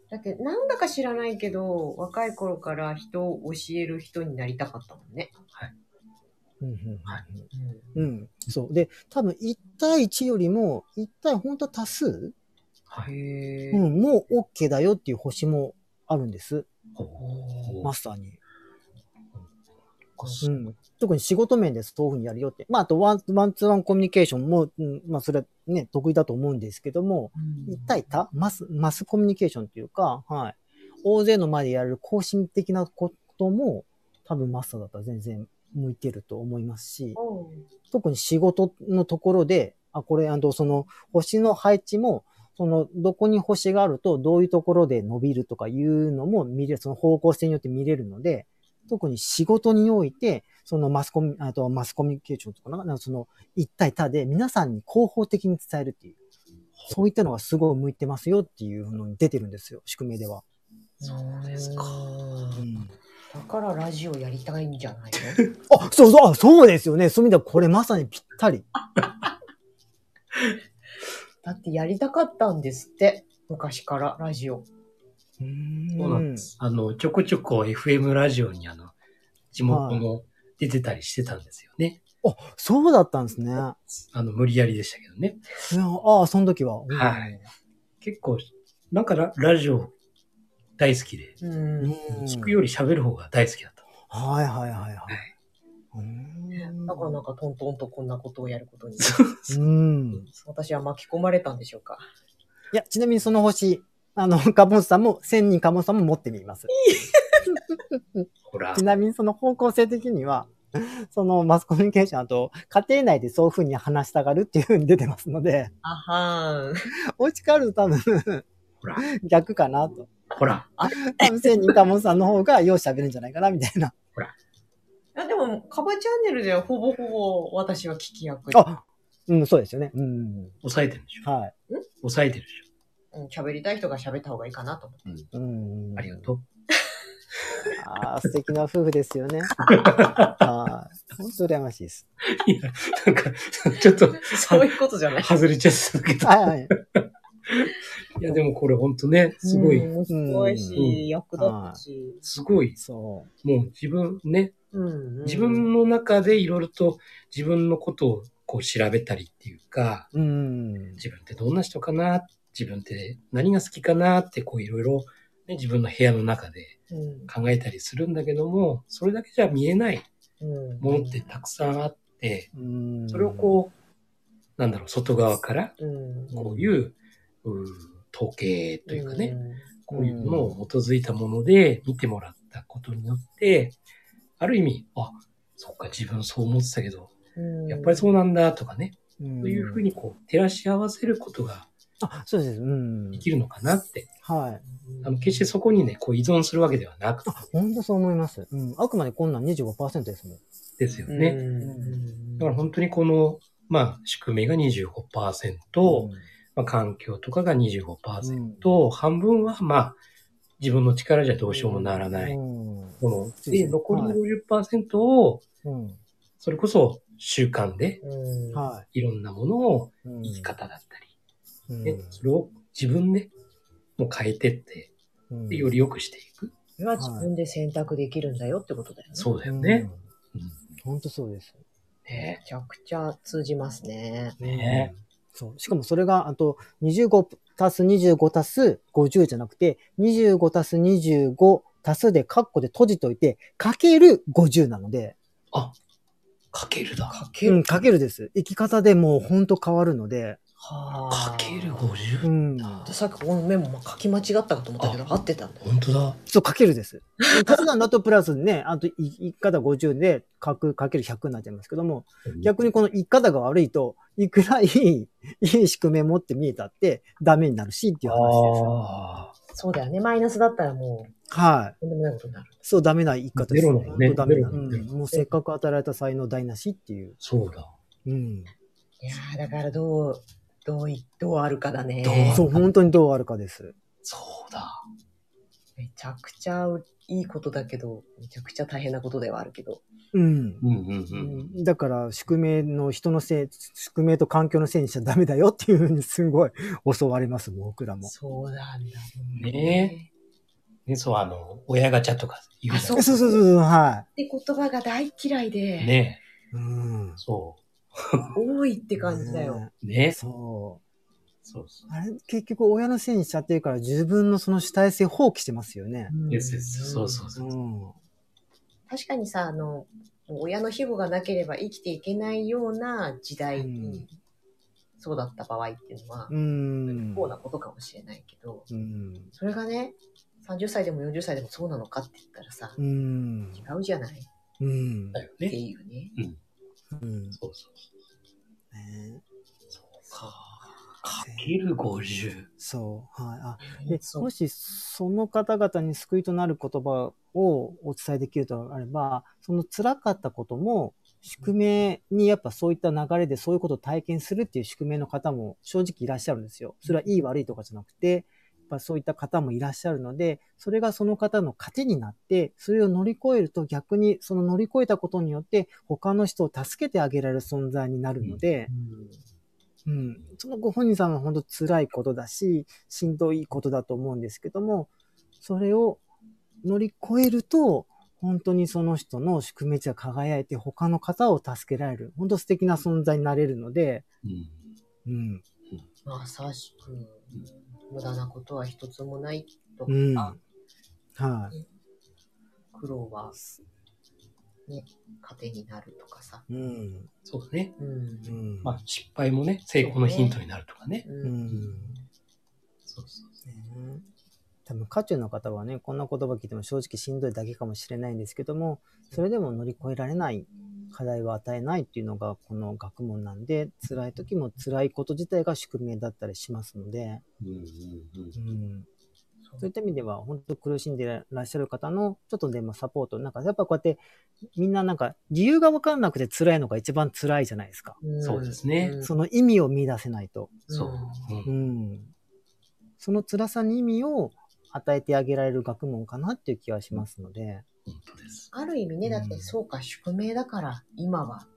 S1: だって、なんだか知らないけど、若い頃から人を教える人になりたかったもんね。
S3: うんうんうん
S2: はい
S3: うん、うん。そう。で、多分1対1よりも、1対本当は多数、
S2: はい。
S1: へ
S3: う
S1: ー
S3: ん、もう OK だよっていう星もあるんです。
S2: ほうほう
S3: マスターに。
S2: ほ
S3: う
S2: う
S3: ん、特に仕事面です、そういうふうにやるよって。まあ、あとワン、ワンツーワンコミュニケーションも、うんまあ、それはね、得意だと思うんですけども、一対多マス、マスコミュニケーションというか、はい。大勢の前でやれる更新的なことも、多分マスターだったら全然向いてると思いますし、
S1: おう
S3: 特に仕事のところで、あ、これ、あの、その、星の配置も、その、どこに星があると、どういうところで伸びるとかいうのも見れる、その方向性によって見れるので、特に仕事において、そのマスコミ、あとはマスコミュニケーションとかな、なんかその、一対他で皆さんに広報的に伝えるっていう、そういったのがすごい向いてますよっていうのに出てるんですよ、宿命では。
S1: そうですか。
S3: うん
S1: だからラジオやりたいんじゃない
S3: あ、そうそう、あそうですよね。そういう意味ではこれまさにぴったり。
S1: のだってやりたかったんですって。昔からラジオ。
S2: そうなんです。あの、ちょこちょこ FM ラジオにあの、地元も出てたりしてたんですよね。
S3: あ、そうだったんですね。いや
S2: あの、無理やりでしたけどね。
S3: あ、その時は。うん
S2: はい。結構、なんかララジオ大好きで、
S1: うん。
S2: 聞くより喋る方が大好きだった。
S3: はいはいはいはいい。
S1: だからなんかトントンとこんなことをやることに。
S3: うん。い
S1: 私は巻き込まれたんでしょうか。
S3: や、ちなみにその星、あの、 カボンさんも、千人カボンさんも持ってみます。
S2: ほら
S3: ち、なみにその方向性的には、 そのマスコミュニケーションあと、家庭内でそういうふうに話したがるっていうふうに出てますので、
S1: あはーん。
S3: お家帰ると多分
S2: ほら、
S3: 逆かなと。
S2: ほら、
S3: 多分千人カボンさんの方がよう喋るんじゃないかな、みたいな。
S1: いやでも、カバチャンネルではほぼほぼ私は聞き役で。
S3: あうん、そうですよね。うん。
S2: 抑えてるでしょ。
S3: はい。
S2: 抑えてるでし
S1: うん喋りたい人が喋った方がいいかなと思って。
S3: うん。
S2: ょ。ありがとう。
S3: ああ、素敵な夫婦です よね。はい。本当羨ましいです。
S2: いや、なんか、 ちょっと、
S1: そういうことじゃない。
S2: 外れちゃったけど。
S3: はいはい。
S2: いや、でもこれほんとね、すごい、
S1: うん。すごい
S2: うん
S1: し、役立ったし。
S2: すごい、
S3: そ
S2: もう自分ね、
S1: うん。
S2: 自分の中でいろいろと自分のことをこう調べたりっていうか、
S3: う。うん。
S2: 自分ってどんな人かな、自分って何が好きかなってこういろいろね自分の部屋の中で
S1: うん。
S2: 考えたりするんだけども、それだけじゃ見えない
S1: うん。
S2: ものってたくさんあって、
S3: うん
S2: それをこう、なんだろう、外側から
S1: うん。
S2: こういう、うー統計というかね、
S1: ん。
S2: こういうものを基づいたもので見てもらったことによって、ある意味、あ、そっか、自分そう思ってたけど、
S1: うん
S2: やっぱりそうなんだとかね、
S3: う
S2: そ
S3: ん
S2: ういうふうにこう、照らし合わせることが
S3: あ、そうです。うん
S2: で。きるのかなって。
S3: はい。
S2: あの、決してそこにね、こう依存するわけではなくて
S3: 本当そう思います。うん。あくまでこんなん25%ですもん。
S2: ですよ
S1: うん
S2: ね。
S1: うん
S2: だから本当にこの、まあ、宿命が25%、まあ、環境とかが25%、半分はまあ、自分の力じゃどうしようもなら
S3: う
S2: な
S3: ん。
S2: い。
S3: うん。
S2: この、
S3: そうです
S2: で、
S3: ね
S2: 残り50%を、
S3: うん。
S2: それこそ習慣で、
S1: うん。
S3: はい
S2: ろんなものを、
S3: い。うん
S2: 生き。方だった
S3: う
S2: り、
S3: ん
S2: ねそれを自分でもう変えてって、
S3: うん
S2: でより良くしていく。
S1: それは自分で選択できるんだよってことだよね。
S2: そうだよね。。うん
S3: うん本当そうです。
S1: めちゃくちゃ通じますね。
S2: ね
S3: そう。しかもそれが、あと、25足す25足す50じゃなくて、25足す25足すで、カッコで閉じといて、かける50なので、
S2: あ、かけるだ。
S1: かけ
S3: う
S1: る。
S3: ん、かけるです。生き方でもうほんと変わるので、
S1: はあ
S2: かける
S3: う
S2: 50?
S3: ん。
S1: でさっきここのメモも書き間違ったかと思ったけど、合ってたんだよ。
S2: 本当だ。
S3: そう、かけるです。足すなんだとプラスね、あと、い一方50で、かく、かける100になっちゃいますけども、逆にこの一方が悪いと、いくらいい、 いい宿命持って見えたって、ダメになるしっていう話です。
S2: ああ。
S1: そうだよね。マイナスだったらもう、
S3: はい。
S1: とんでもないことになる。
S3: そう、ダメな一方です。
S2: ゼロだよね
S3: 本当ダメな、
S2: ゼロだよね
S3: うんもうせっかく与えられた才能台無しっていう。
S2: そうだ。
S3: うん。
S1: いやーだからどう、どうい、どうあるかだね。
S2: どう
S3: そう、本当にどうあるかです。
S2: そうだ。
S1: めちゃくちゃいいことだけど、めちゃくちゃ大変なことではあるけど。
S3: うん。
S2: うんうん
S3: う
S2: うん。
S3: んだから、宿命の人のせい、宿命と環境のせいにしちゃダメだよっていうふうにすごい教わります、僕らも。
S1: そうなんだ
S2: ねね、そう、あの、親ガチャとか言うじゃ
S1: そ
S2: な
S1: う
S2: い
S3: えそうそうそうそう、は
S1: って言葉が大嫌いで、
S2: ね、
S3: い。うん。
S2: そ
S1: 多いって感じだよ。
S2: う。ね、
S3: うん。
S2: そ
S3: そう
S2: そう
S3: う。。あれ、結局親のせいにしちゃってるから自分のその主体性放棄してますよね。
S2: そうそうそう
S3: う
S2: そう。
S3: ん。
S1: 確かにさ、あの、親の庇護がなければ生きていけないような時代に、そうだった場合っていうのは
S3: う、ん
S1: 不。幸なことかもしれないけど、
S3: うん。
S1: それがね、30歳でも40歳でもそうなのかって言ったらさ、
S3: うん。
S1: 違うじゃないっ
S3: うん。
S2: だよ
S1: て
S2: ね。
S1: いうね。
S3: うん。
S2: そうそう。
S3: ね
S2: そうか。かける50。
S3: そう。はい。あ、
S1: う
S3: で
S1: ん、
S3: もしその方々に救いとなる言葉をお伝えできるとあれば、その辛かったことも、宿命にやっぱそういった流れでそういうことを体験するっていう宿命の方も正直いらっしゃるんですよ。それはいい悪いとかじゃなくて、やっぱそういった方もいらっしゃるので、それがその方の糧になって、それを乗り越えると逆にその乗り越えたことによって他の人を助けてあげられる存在になるので、うん、そのご本人さんは本当辛いことだし、しんどいことだと思うんですけども、それを乗り越えると、本当にその人の宿命値が輝いて他の方を助けられる、本当素敵な存在になれるので、
S2: うん。
S3: うん、
S1: まさしく、無駄なことは一つもないとか、
S3: うん、はい、
S1: 苦労は、ね、糧になるとかさ。
S3: うん、
S2: そうだね。
S1: うん
S3: うん、
S2: まあ、失敗もね、成功のヒントになるとかね。
S1: う
S3: うんん、
S2: そうそう。
S3: ね多分、渦中の方はね、こんな言葉聞いても正直しんどいだけかもしれないんですけども、それでも乗り越えられない課題は与えないっていうのがこの学問なんで、辛い時も辛いこと自体が宿命だったりしますので、
S2: うんうんうん
S3: うん、そういった意味では、本当苦しんでいらっしゃる方のちょっとでもサポート、なんかやっぱこうやってみんななんか理由がわかんなくて辛いのが一番辛いじゃないですか。
S2: そうですね
S1: うん
S3: その意味を見出せないと。
S2: そう。
S3: う
S2: う
S3: んん、その辛さに意味を与えてあげられる学問かなっていう気はしますので、
S2: 本当です。
S1: ある意味ね、だって
S3: うん
S1: そうか、宿命だから、今は、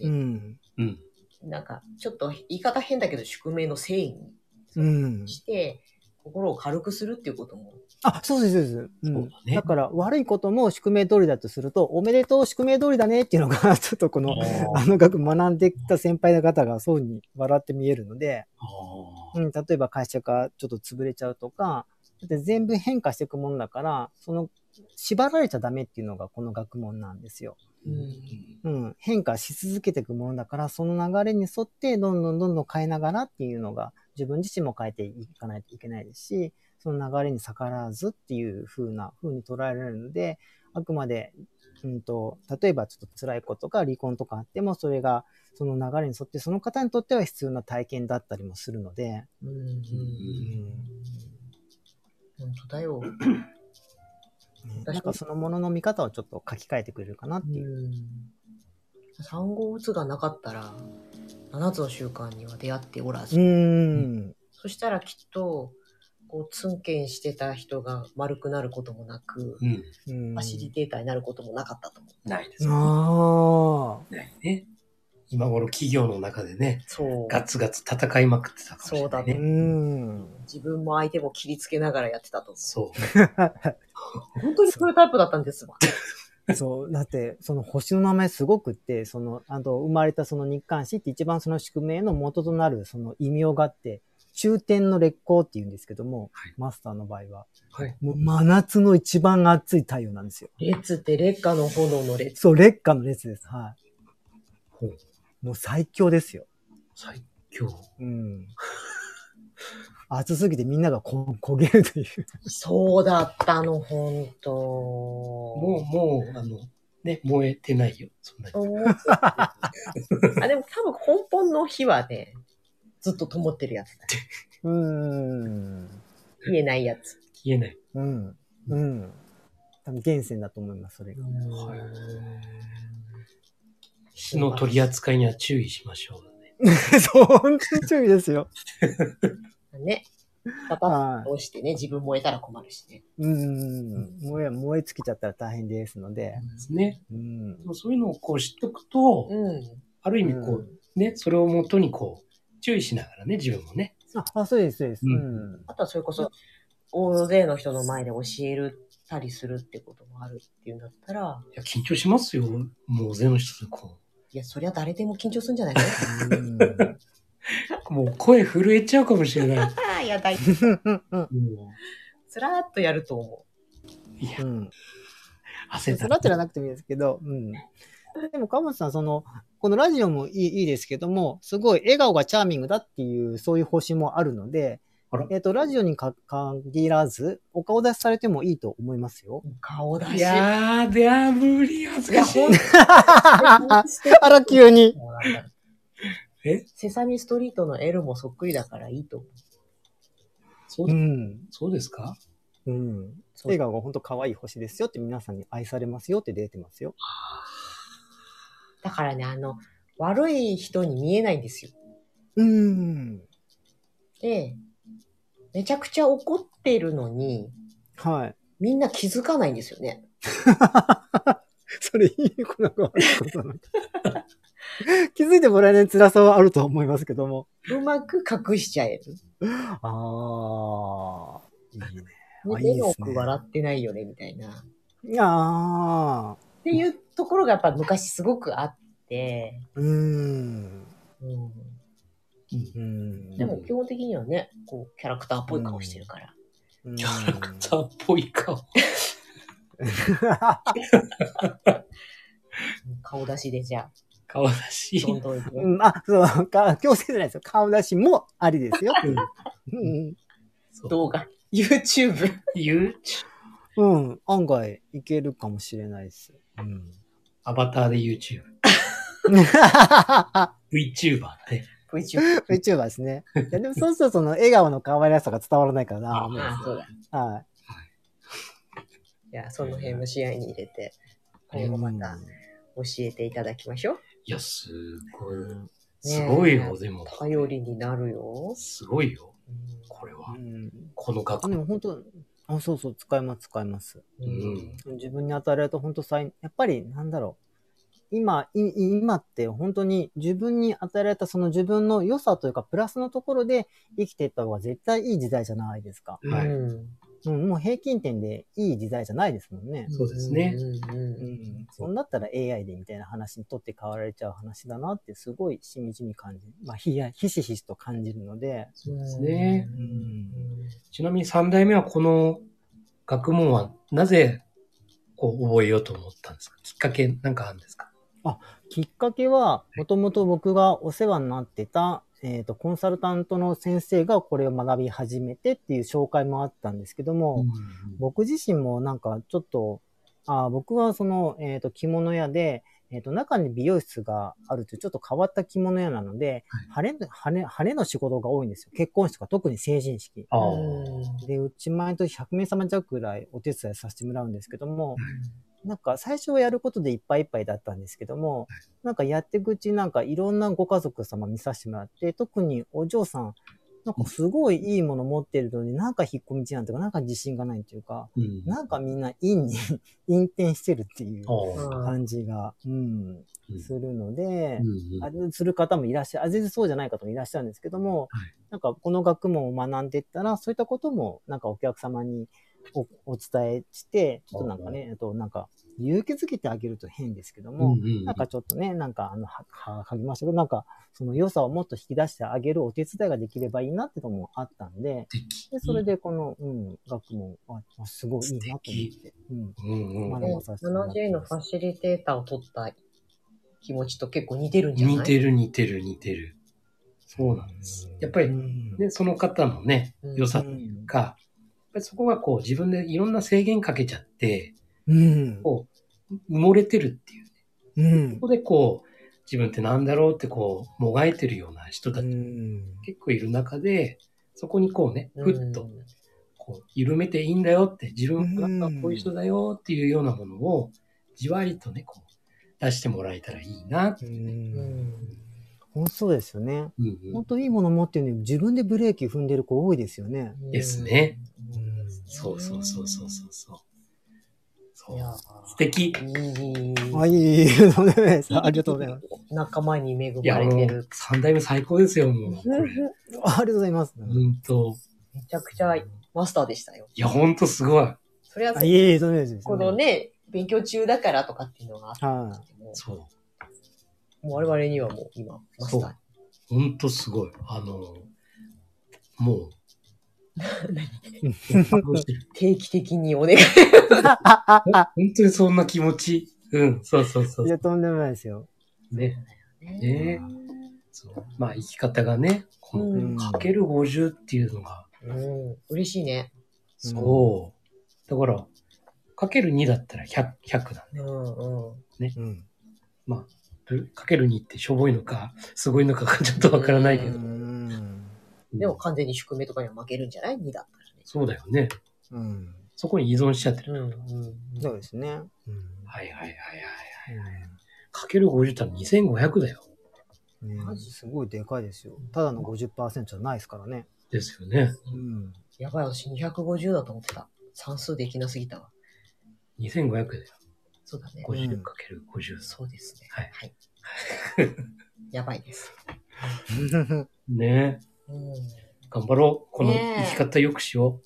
S1: う
S3: うん、
S2: うん。
S1: なんか、ちょっと言い方変だけど、宿命のせいに
S3: うん、
S1: して、心を軽くするっていうことも、
S3: あそうですそうです、うん
S2: そうだね
S3: だから悪いことも宿命通りだとするとおめでとう宿命通りだねっていうのがちょっとこの
S2: あ
S3: あの学学んできた先輩の方がそうに笑って見えるので、
S2: あ
S3: う。ん、例えば会社がちょっと潰れちゃうとかだって全部変化していくものだからその縛られちゃダメっていうのがこの学問なんですよ。
S2: うん
S3: うん、変化し続けていくものだから、その流れに沿って、どんどんどんどん変えながらっていうのが、自分自身も変えていかないといけないですし、その流れに逆らわずっていう風な風に捉えられるので、あくまで、うんと、例えばちょっと辛いことが離婚とかあっても、それがその流れに沿って、その方にとっては必要な体験だったりもするので、
S2: うん
S1: 本当だよ。確かに
S3: なんかそのものの見方をちょっと書き換えてくれるかなっていう。
S1: 産後うつがなかったら、7つの習慣には出会っておらず、
S3: うん。
S1: そしたらきっと、こう、ツンケンしてた人が丸くなることもなく、
S2: うん。
S3: うん。
S1: ファシリテーターになることもなかったと思う。
S2: ないです。
S3: ああ。
S2: ないね。今頃企業の中でね、
S1: そう。
S2: ガツガツ戦いまくってたかもしれない
S1: そうだ
S3: う
S2: ね。
S3: ん。
S1: 自分も相手も切りつけながらやってたと思
S2: そう
S1: う。本当にそういうタイプだったんですわ。
S3: そう、だって、その星の名前すごくって、その、あと、生まれたその日刊誌って一番その宿命の元となるその異名があって、中天の烈光って言うんですけども、
S2: はい
S3: マスターの場合は、
S2: はい。
S3: もう真夏の一番暑い太陽なんですよ。
S1: 列って烈火の炎の列。
S3: そう、烈火の烈です。は
S2: ほう
S3: い。もう最強ですよ。
S2: 最強。
S3: うん。 暑すぎてみんながこ焦げるという。
S1: そうだったの、本当も
S2: もう、もう、あの、ね、燃えてないよ。そんなに。
S1: あ、でも多分根本の火はね、ずっと灯ってるやつだ。
S3: うーん。
S1: 言えないやつ。
S2: 消えない。
S3: うん。うん。多分源泉だと思います、それが。
S2: 火の取り扱い には注意しましょうね。
S3: そう、本当に注意ですよ。
S1: ね。パパッと押してね、自分燃えたら困るしね。
S3: うん。燃え、燃え尽きちゃったら大変ですので。
S2: ですね。
S3: うん
S2: で。もそういうのをこう知っとくと、
S1: うん。
S2: ある意味こう、ね、それをもとにこう、注意しながらね、自分もね。
S3: あ、あそうです、そうです。
S2: う
S3: うんん。
S1: あとはそれこそ、大勢の人の前で教えるたりするってこともあるっていうんだったら、
S2: いや、緊張しますよ。もう大勢の人とこ
S1: いや、そりゃ誰でも緊張する んじゃないの
S3: うん
S2: う、もう声震えちゃうかもしれない。
S1: ああ、いやだい。
S2: も
S1: つらーっとやると思
S2: う、いや
S3: う、ん。
S2: 焦った
S3: そらってらなくてもいいですけど、うん。でも、川本さん、その、このラジオもいいいいですけども、すごい笑顔がチャーミングだっていう、そういう方針もあるので
S2: あら、
S3: えっ、と、ラジオにか限らず、お顔出しされてもいいと思いますよ。
S1: う。顔出し。
S2: いやー、では無理、恥ずかしい。
S3: あら、急に。。
S1: もうなんだろう
S2: え
S1: セサミストリートの L もそっくりだからいいと思う。
S2: そううんそうですか
S3: うん。
S1: そう
S3: 笑顔が本当可愛い星ですよって皆さんに愛されますよって出てますよ。
S1: だからね、あの、悪い人に見えないんですよ。
S3: うん。
S1: で、めちゃくちゃ怒ってるのに、
S3: はい。
S1: みんな気づかないんですよね。
S3: それいい子なんか悪いことなのか気づいてもらえない辛さはあると思いますけども。
S1: うまく隠しちゃえる。
S3: ああ、いいね。あいいですね
S1: 目の奥笑ってないよね、みたいな。
S3: ああ、
S1: っていうところがやっぱ昔すごくあって、
S3: うーん。
S1: うん、
S3: うーん。
S1: でも基本的にはね、こう、キャラクターっぽい顔してるから。
S3: うん、
S2: キャラクターっぽい顔。
S1: 顔出しでじゃ
S2: 顔だし
S1: あ、。どんどん行くよ
S3: うんあ、そう、か強制じゃないですよ。顔出しもありですよ。うん。
S1: 動画、YouTube。
S2: YouTube
S3: うん。案外いけるかもしれないです。うん。
S2: アバターで YouTube。VTuber ね。
S1: VTuber。
S3: VTuber です ね。いやでもそうするとその笑顔の可愛らしさが伝わらないから
S2: あ
S3: な。もう
S1: ああ、そうだ。
S3: はい
S1: や、その辺も試合に入れて、こ
S3: い。
S1: れもまた教えていただきましょう。
S2: いや、すごい。
S3: うん。
S2: すごいよ、でも。
S1: 頼りになるよ。
S2: すごいよ、
S1: うん
S2: これ
S3: う
S2: は。
S3: ん。
S2: この
S3: あ
S2: 額。
S3: でも本当、あ、そうそう、使います、使います。
S2: う
S1: うん
S2: ん。
S3: 自分に与えられた本当最、やっぱりなんだろう。今、い今って本当に自分に与えられたその自分の良さというかプラスのところで生きていった方が絶対いい時代じゃないですか。
S2: は
S1: う
S2: い。
S1: ん
S3: うん、もう平均点でいい時代じゃないですもんね。
S2: そうですね
S1: うんうん
S3: う
S1: うん
S3: ん。そんだったら AI でみたいな話にとって変わられちゃう話だなってすごいしみじみ感じる。まあ、ひや、ひしひしと感じるので。
S1: そう
S2: ですね
S1: ん
S3: うん。
S2: ちなみに3代目はこの学問はなぜこう覚えようと思ったんですかきっかけなんかあるんですか
S3: きっかけは、もともと僕がお世話になってた、えっ、と、コンサルタントの先生がこれを学び始めてっていう紹介もあったんですけども、僕自身もなんかちょっと、あー僕はその、えっ、と、着物屋で、えっ、と、中に美容室があるというちょっと変わった着物屋なので、晴れの、晴れ、晴れの仕事が多いんですよ。結婚式とか特に成人式。
S2: ああ。
S3: で、うち毎年100名様弱ぐらいお手伝いさせてもらうんですけども、なんか最初はやることでいっぱいいっぱいだったんですけども、なんかやっていくうちになんかいろんなご家族様見させてもらって、特にお嬢さん、なんかすごいいいもの持ってるのになんか引っ込み思案というか、なんか自信がないというか、
S2: うん。
S3: なんかみんな陰に、 陰転してるっていう
S2: ああ
S3: 感じが、うん、
S2: うん
S3: するので
S2: う、ん
S3: あする方もいらっしゃる、あ全然そうじゃない方もいらっしゃるんですけども、
S2: はい
S3: なんかこの学問を学んでいったら、そういったこともなんかお客様におお伝えして、ちょっとなんかね、えっとなんか勇気づけてあげると変ですけど
S2: うん
S3: も、
S2: うん
S3: なんかちょっとね、なんかあの、は、は、書きましたけど、なんか、その良さをもっと引き出してあげるお手伝いができればいいなってのもあったんで、で、それでこの、うん、学問は、あすごいいいなと思って、うん、
S2: うんうん
S3: 学ばさせてもらってます
S1: 7J のファシリテーターを取った気持ちと結構似てるんじゃない
S2: 似てる似てる似てる。そうなんです。やっぱり
S3: う
S2: ね、
S3: ん
S2: その方のね
S1: う、ん
S2: 良さというか、やっぱりそこがこう自分でいろんな制限かけちゃって、
S3: うん、
S2: こう、埋もれてるっていう。
S3: うん
S2: そ、こでこう、自分ってなんだろうってこう、もがいてるような人た
S3: う
S2: ち
S3: ん、
S2: 結構いる中で、そこにこうね、
S1: うん
S2: ふっと、こう、緩めていいんだよって、自分がこういう人だよっていうようなものを、じわりとね、こう、出してもらえたらいいなって
S3: う
S1: うんん
S3: 本当そうですよね。
S2: うんう
S3: 本
S2: ん、
S3: 当いいもの持ってるのに自分でブレーキ踏んでる子多いですよね。
S2: ですね
S3: うん
S2: そうそうそうそうそうそう。そ
S3: いや
S2: う素敵。
S1: いい
S3: あ、いい、いい、とんでもないですありがとうございます。
S1: 仲間に恵
S2: いや、
S1: まれ
S2: も
S1: て
S2: う
S1: る。
S2: 三代目最高ですよ、もう。
S3: ありがとうございます。
S2: うんと。
S1: めちゃくちゃマスターでしたよ。
S2: いや、ほんとすごい。
S1: それは
S3: あ、いえいえ、とんでもないです。
S1: このね、勉強中だからとかっていうのがあって
S3: は
S1: も、
S2: そう。
S1: もう我々にはもう今、マスタ
S2: ほんとすごい。あの、も
S1: ー。
S2: う、感動してる
S1: 定期的にお願い。
S3: い。
S2: ほんとにそんな気持ち。うん、そうそうそう
S3: い。や、とんでもないですよ。
S2: ね。ねそうまあ、生き方がね、この、
S1: うん
S2: かける50っていうのが、
S1: うん、嬉しいね。
S2: そう。だから、かける2だったら100、100だ。
S1: うんうん。
S3: うん。
S2: まあ、かける2ってしょぼいのか、すごいのかが ちょっとわからないけ
S3: う
S2: ど。
S3: ん。
S1: でも完全に宿命とかには負けるんじゃない ?2 だったらね。
S2: そうだよね。
S3: うん。
S2: そこに依存しちゃってる。
S1: うんうんう
S3: そ
S1: ん。
S3: うですね。うん
S2: はいはいはいはい。かける50ってのは2500だよ。
S3: ね
S1: マジ
S3: すごいでかいですよ。ただの50%じゃないですからね。
S2: ですよね。
S3: うん。
S1: やばい、私250だと思ってた。算数できなすぎたわ。
S2: 2500だよ。
S1: そうだね。
S3: う
S2: 50×50
S3: ん。
S1: そうですね。
S2: はい
S1: はい。やばいです。
S2: ね
S1: うん。
S2: え。頑張ろう。この
S1: ねえ
S2: 生き方よくしよ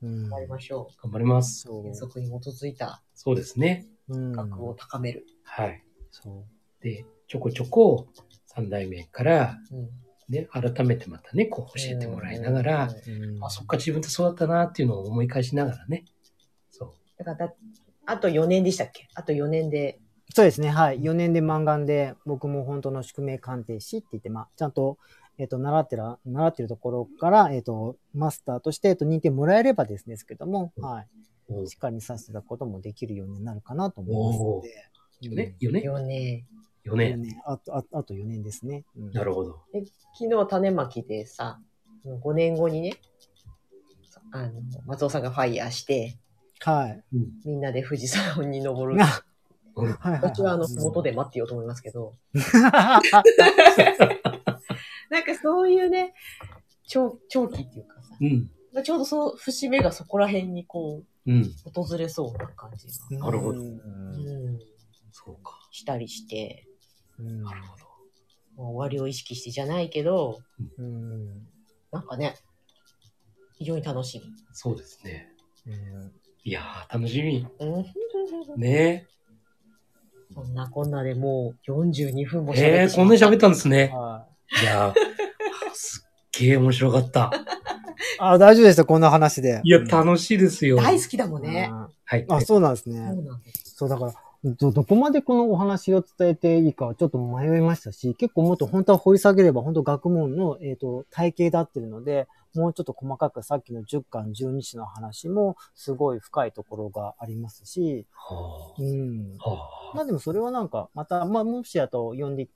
S3: うん
S1: 頑張りましょ
S2: う。頑張ります。
S3: そう
S1: う。原則に基づいた
S2: そうですね。
S3: うん
S1: 学を高める。
S2: はい。
S3: そ
S2: で、ちょこちょこ三代目から、
S1: うん。
S2: ね、改めてまたね、こう教えてもらいながら、
S1: うん
S3: う。うん
S2: あ、そっか、自分ってそうだったなっていうのを思い返しながらね。そ
S1: だからだ、あと4年でしたっけあと4年で。
S3: そうですね。はい。4年で漫画で、僕も本当の宿命鑑定士って言って、まあ、ちゃんと、えっ、と、習ってら、習ってるところから、えっ、と、マスターとして、えっ、と、認定もらえればですね、ですけども、
S2: うん
S3: は
S2: う。お
S3: い。しっかりさせていただくこともできるようになるかなと
S2: お
S3: 思
S2: ー
S3: いますので。
S2: ね、よね、
S1: 4年。
S2: よ
S3: うん。
S2: ね。
S3: 4年あと、ああと4年ですね。うん
S2: なるほど。
S1: 昨日種まきでさ、5年後にね、あの、松尾さんがファイヤーして、
S3: はい。
S2: うん。
S1: みんなで富士山に 登 る。
S3: あ
S2: う
S3: はい
S2: ん
S3: はいはい
S1: 私はあの、麓で待ってようと思いますけど、なんかそういうね、長長期っていうかさ、
S2: うん。
S1: ちょうどその節目がそこら辺にこ
S2: うん。
S1: う、訪れそうな感じが、
S3: うん
S2: なるほど
S3: うん
S1: うん、
S2: そうか。
S1: したりして、
S3: うん
S2: なるほど。
S1: まあ、終わりを意識してじゃないけど、
S3: うん
S1: なんかね、非常に楽し
S2: そうですね。
S3: うん
S2: いやー、楽しみ。
S1: み。うん、
S2: ね
S1: そんなこんなでもう42分も喋って
S2: えー、
S1: しま
S2: こんなに
S1: っ
S2: 喋ったんですね。
S3: はい
S2: やー、すっげえ面白かった。
S3: いあ、大丈夫でした、こんな話で。
S2: いや、楽しいですよ。
S1: た大
S2: は
S1: 好きだもんね。
S2: い。
S3: あ、そうなんです
S1: そ
S3: ね
S1: う。なんです。
S3: そう、だから、ど、どこまでこのお話を伝えていいかはちょっと迷いましたし、結構もっと本当は掘り下げれば、本当学問の、えっ、と、体系だってるので、もうちょっと細かくさっきの10巻12種の話も、すごい深いところがありますし、
S2: は
S3: うん。
S2: あはあ
S3: まあでもそれはなんか、また、まあもしやと呼んでい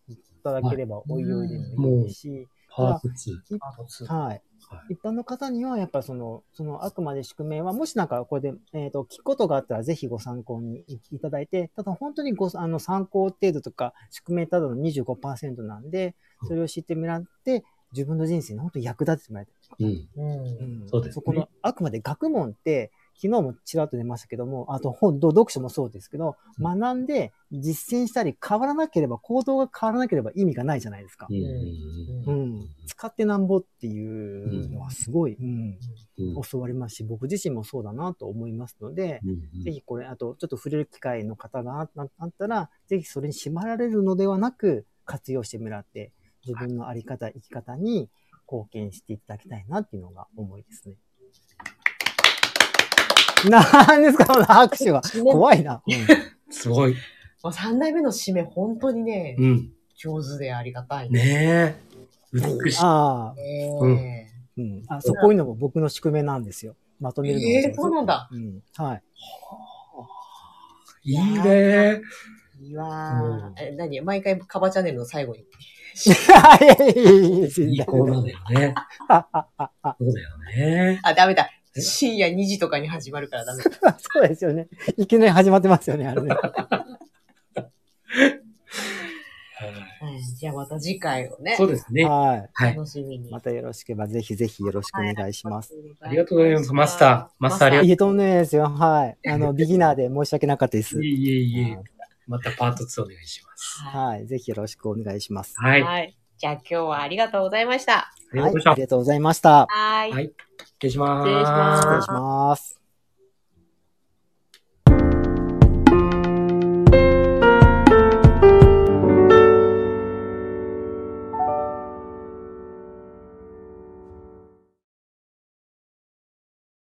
S3: ただければ、おいおいでもいいし、
S2: パート2。
S1: パート2
S3: はい。一般の方には、やっぱりその、そのあくまで宿命は、もしなんかこれで、えっ、と、聞くことがあったら、ぜひご参考にいいただいて、ただ本当にご、あの、参考程度とか、宿命ただの25%なんで、それを知ってもらって、自分の人生に本当に役立ててもらいたい。
S2: うん。
S1: うん。
S3: ん
S2: そうですね
S3: そこの、あくまで学問って、昨日もちらっと出ましたけども、あと本、ど読書もそうですけど、
S2: うん
S3: 学んで実践したり変わらなければ、行動が変わらなければ意味がないじゃないですか
S2: う。ん
S1: うん
S3: う。ん、使ってなんぼっていうのはすごい、うん
S2: うん
S3: 教わりますし、僕自身もそうだなと思いますので、
S2: うん
S3: ぜひこれ、あとちょっと触れる機会の方があああったら、ぜひそれに縛られるのではなく、活用してもらって、自分のあり方、生き方に貢献していただきたいなっていうのが思いですね。なんですか、この拍手は。
S1: 締めも
S3: 怖いな。うん
S2: すごい。
S1: う3代目の締め、本当にね、
S2: うん。
S1: 上手でありがたいね。
S2: ねえ。美しい。
S3: ああ、
S1: ね
S3: うん。あ、そう、こういうのも僕の宿命なんですよ。まとめ
S1: え
S3: るのが上手
S1: えー、そうなんだ。
S3: うん。はい。
S2: いいね。
S1: いいわ
S2: う
S1: ー。
S2: ん
S1: え、何毎回カバチャンネルの最後に。
S3: いやいやいやいや
S2: いい子なんだよね。そうだよね。
S1: あ、ダメだ。深夜2時とかに始まるからダメだ。
S3: そうですよね。いきなり始まってますよね、あれね。
S1: うんじゃあまた次回をね
S2: そ、うですね。
S3: は
S2: はい。
S1: 楽しみに。
S3: い。またよろしければ、ぜひぜひよろしくお願いします。
S2: ありがとうございますマスターマスターありが
S3: いえとんでもないですよ。はい。あの、ビギナーで申し訳なかったです
S2: いえ。いえいえ
S3: は。
S2: またパート2お願いします。
S1: は。
S3: はい。ぜひよろしくお願いします。
S2: はいい。あ
S1: はい。じゃあ今日はありがとうございました。
S2: りが
S3: は
S2: と
S3: いう
S2: ご。
S3: あ
S2: ざいまし
S3: り
S2: た。
S3: がとうございました。
S1: はい
S2: はい。失礼します。
S1: 失礼します
S3: 失礼します。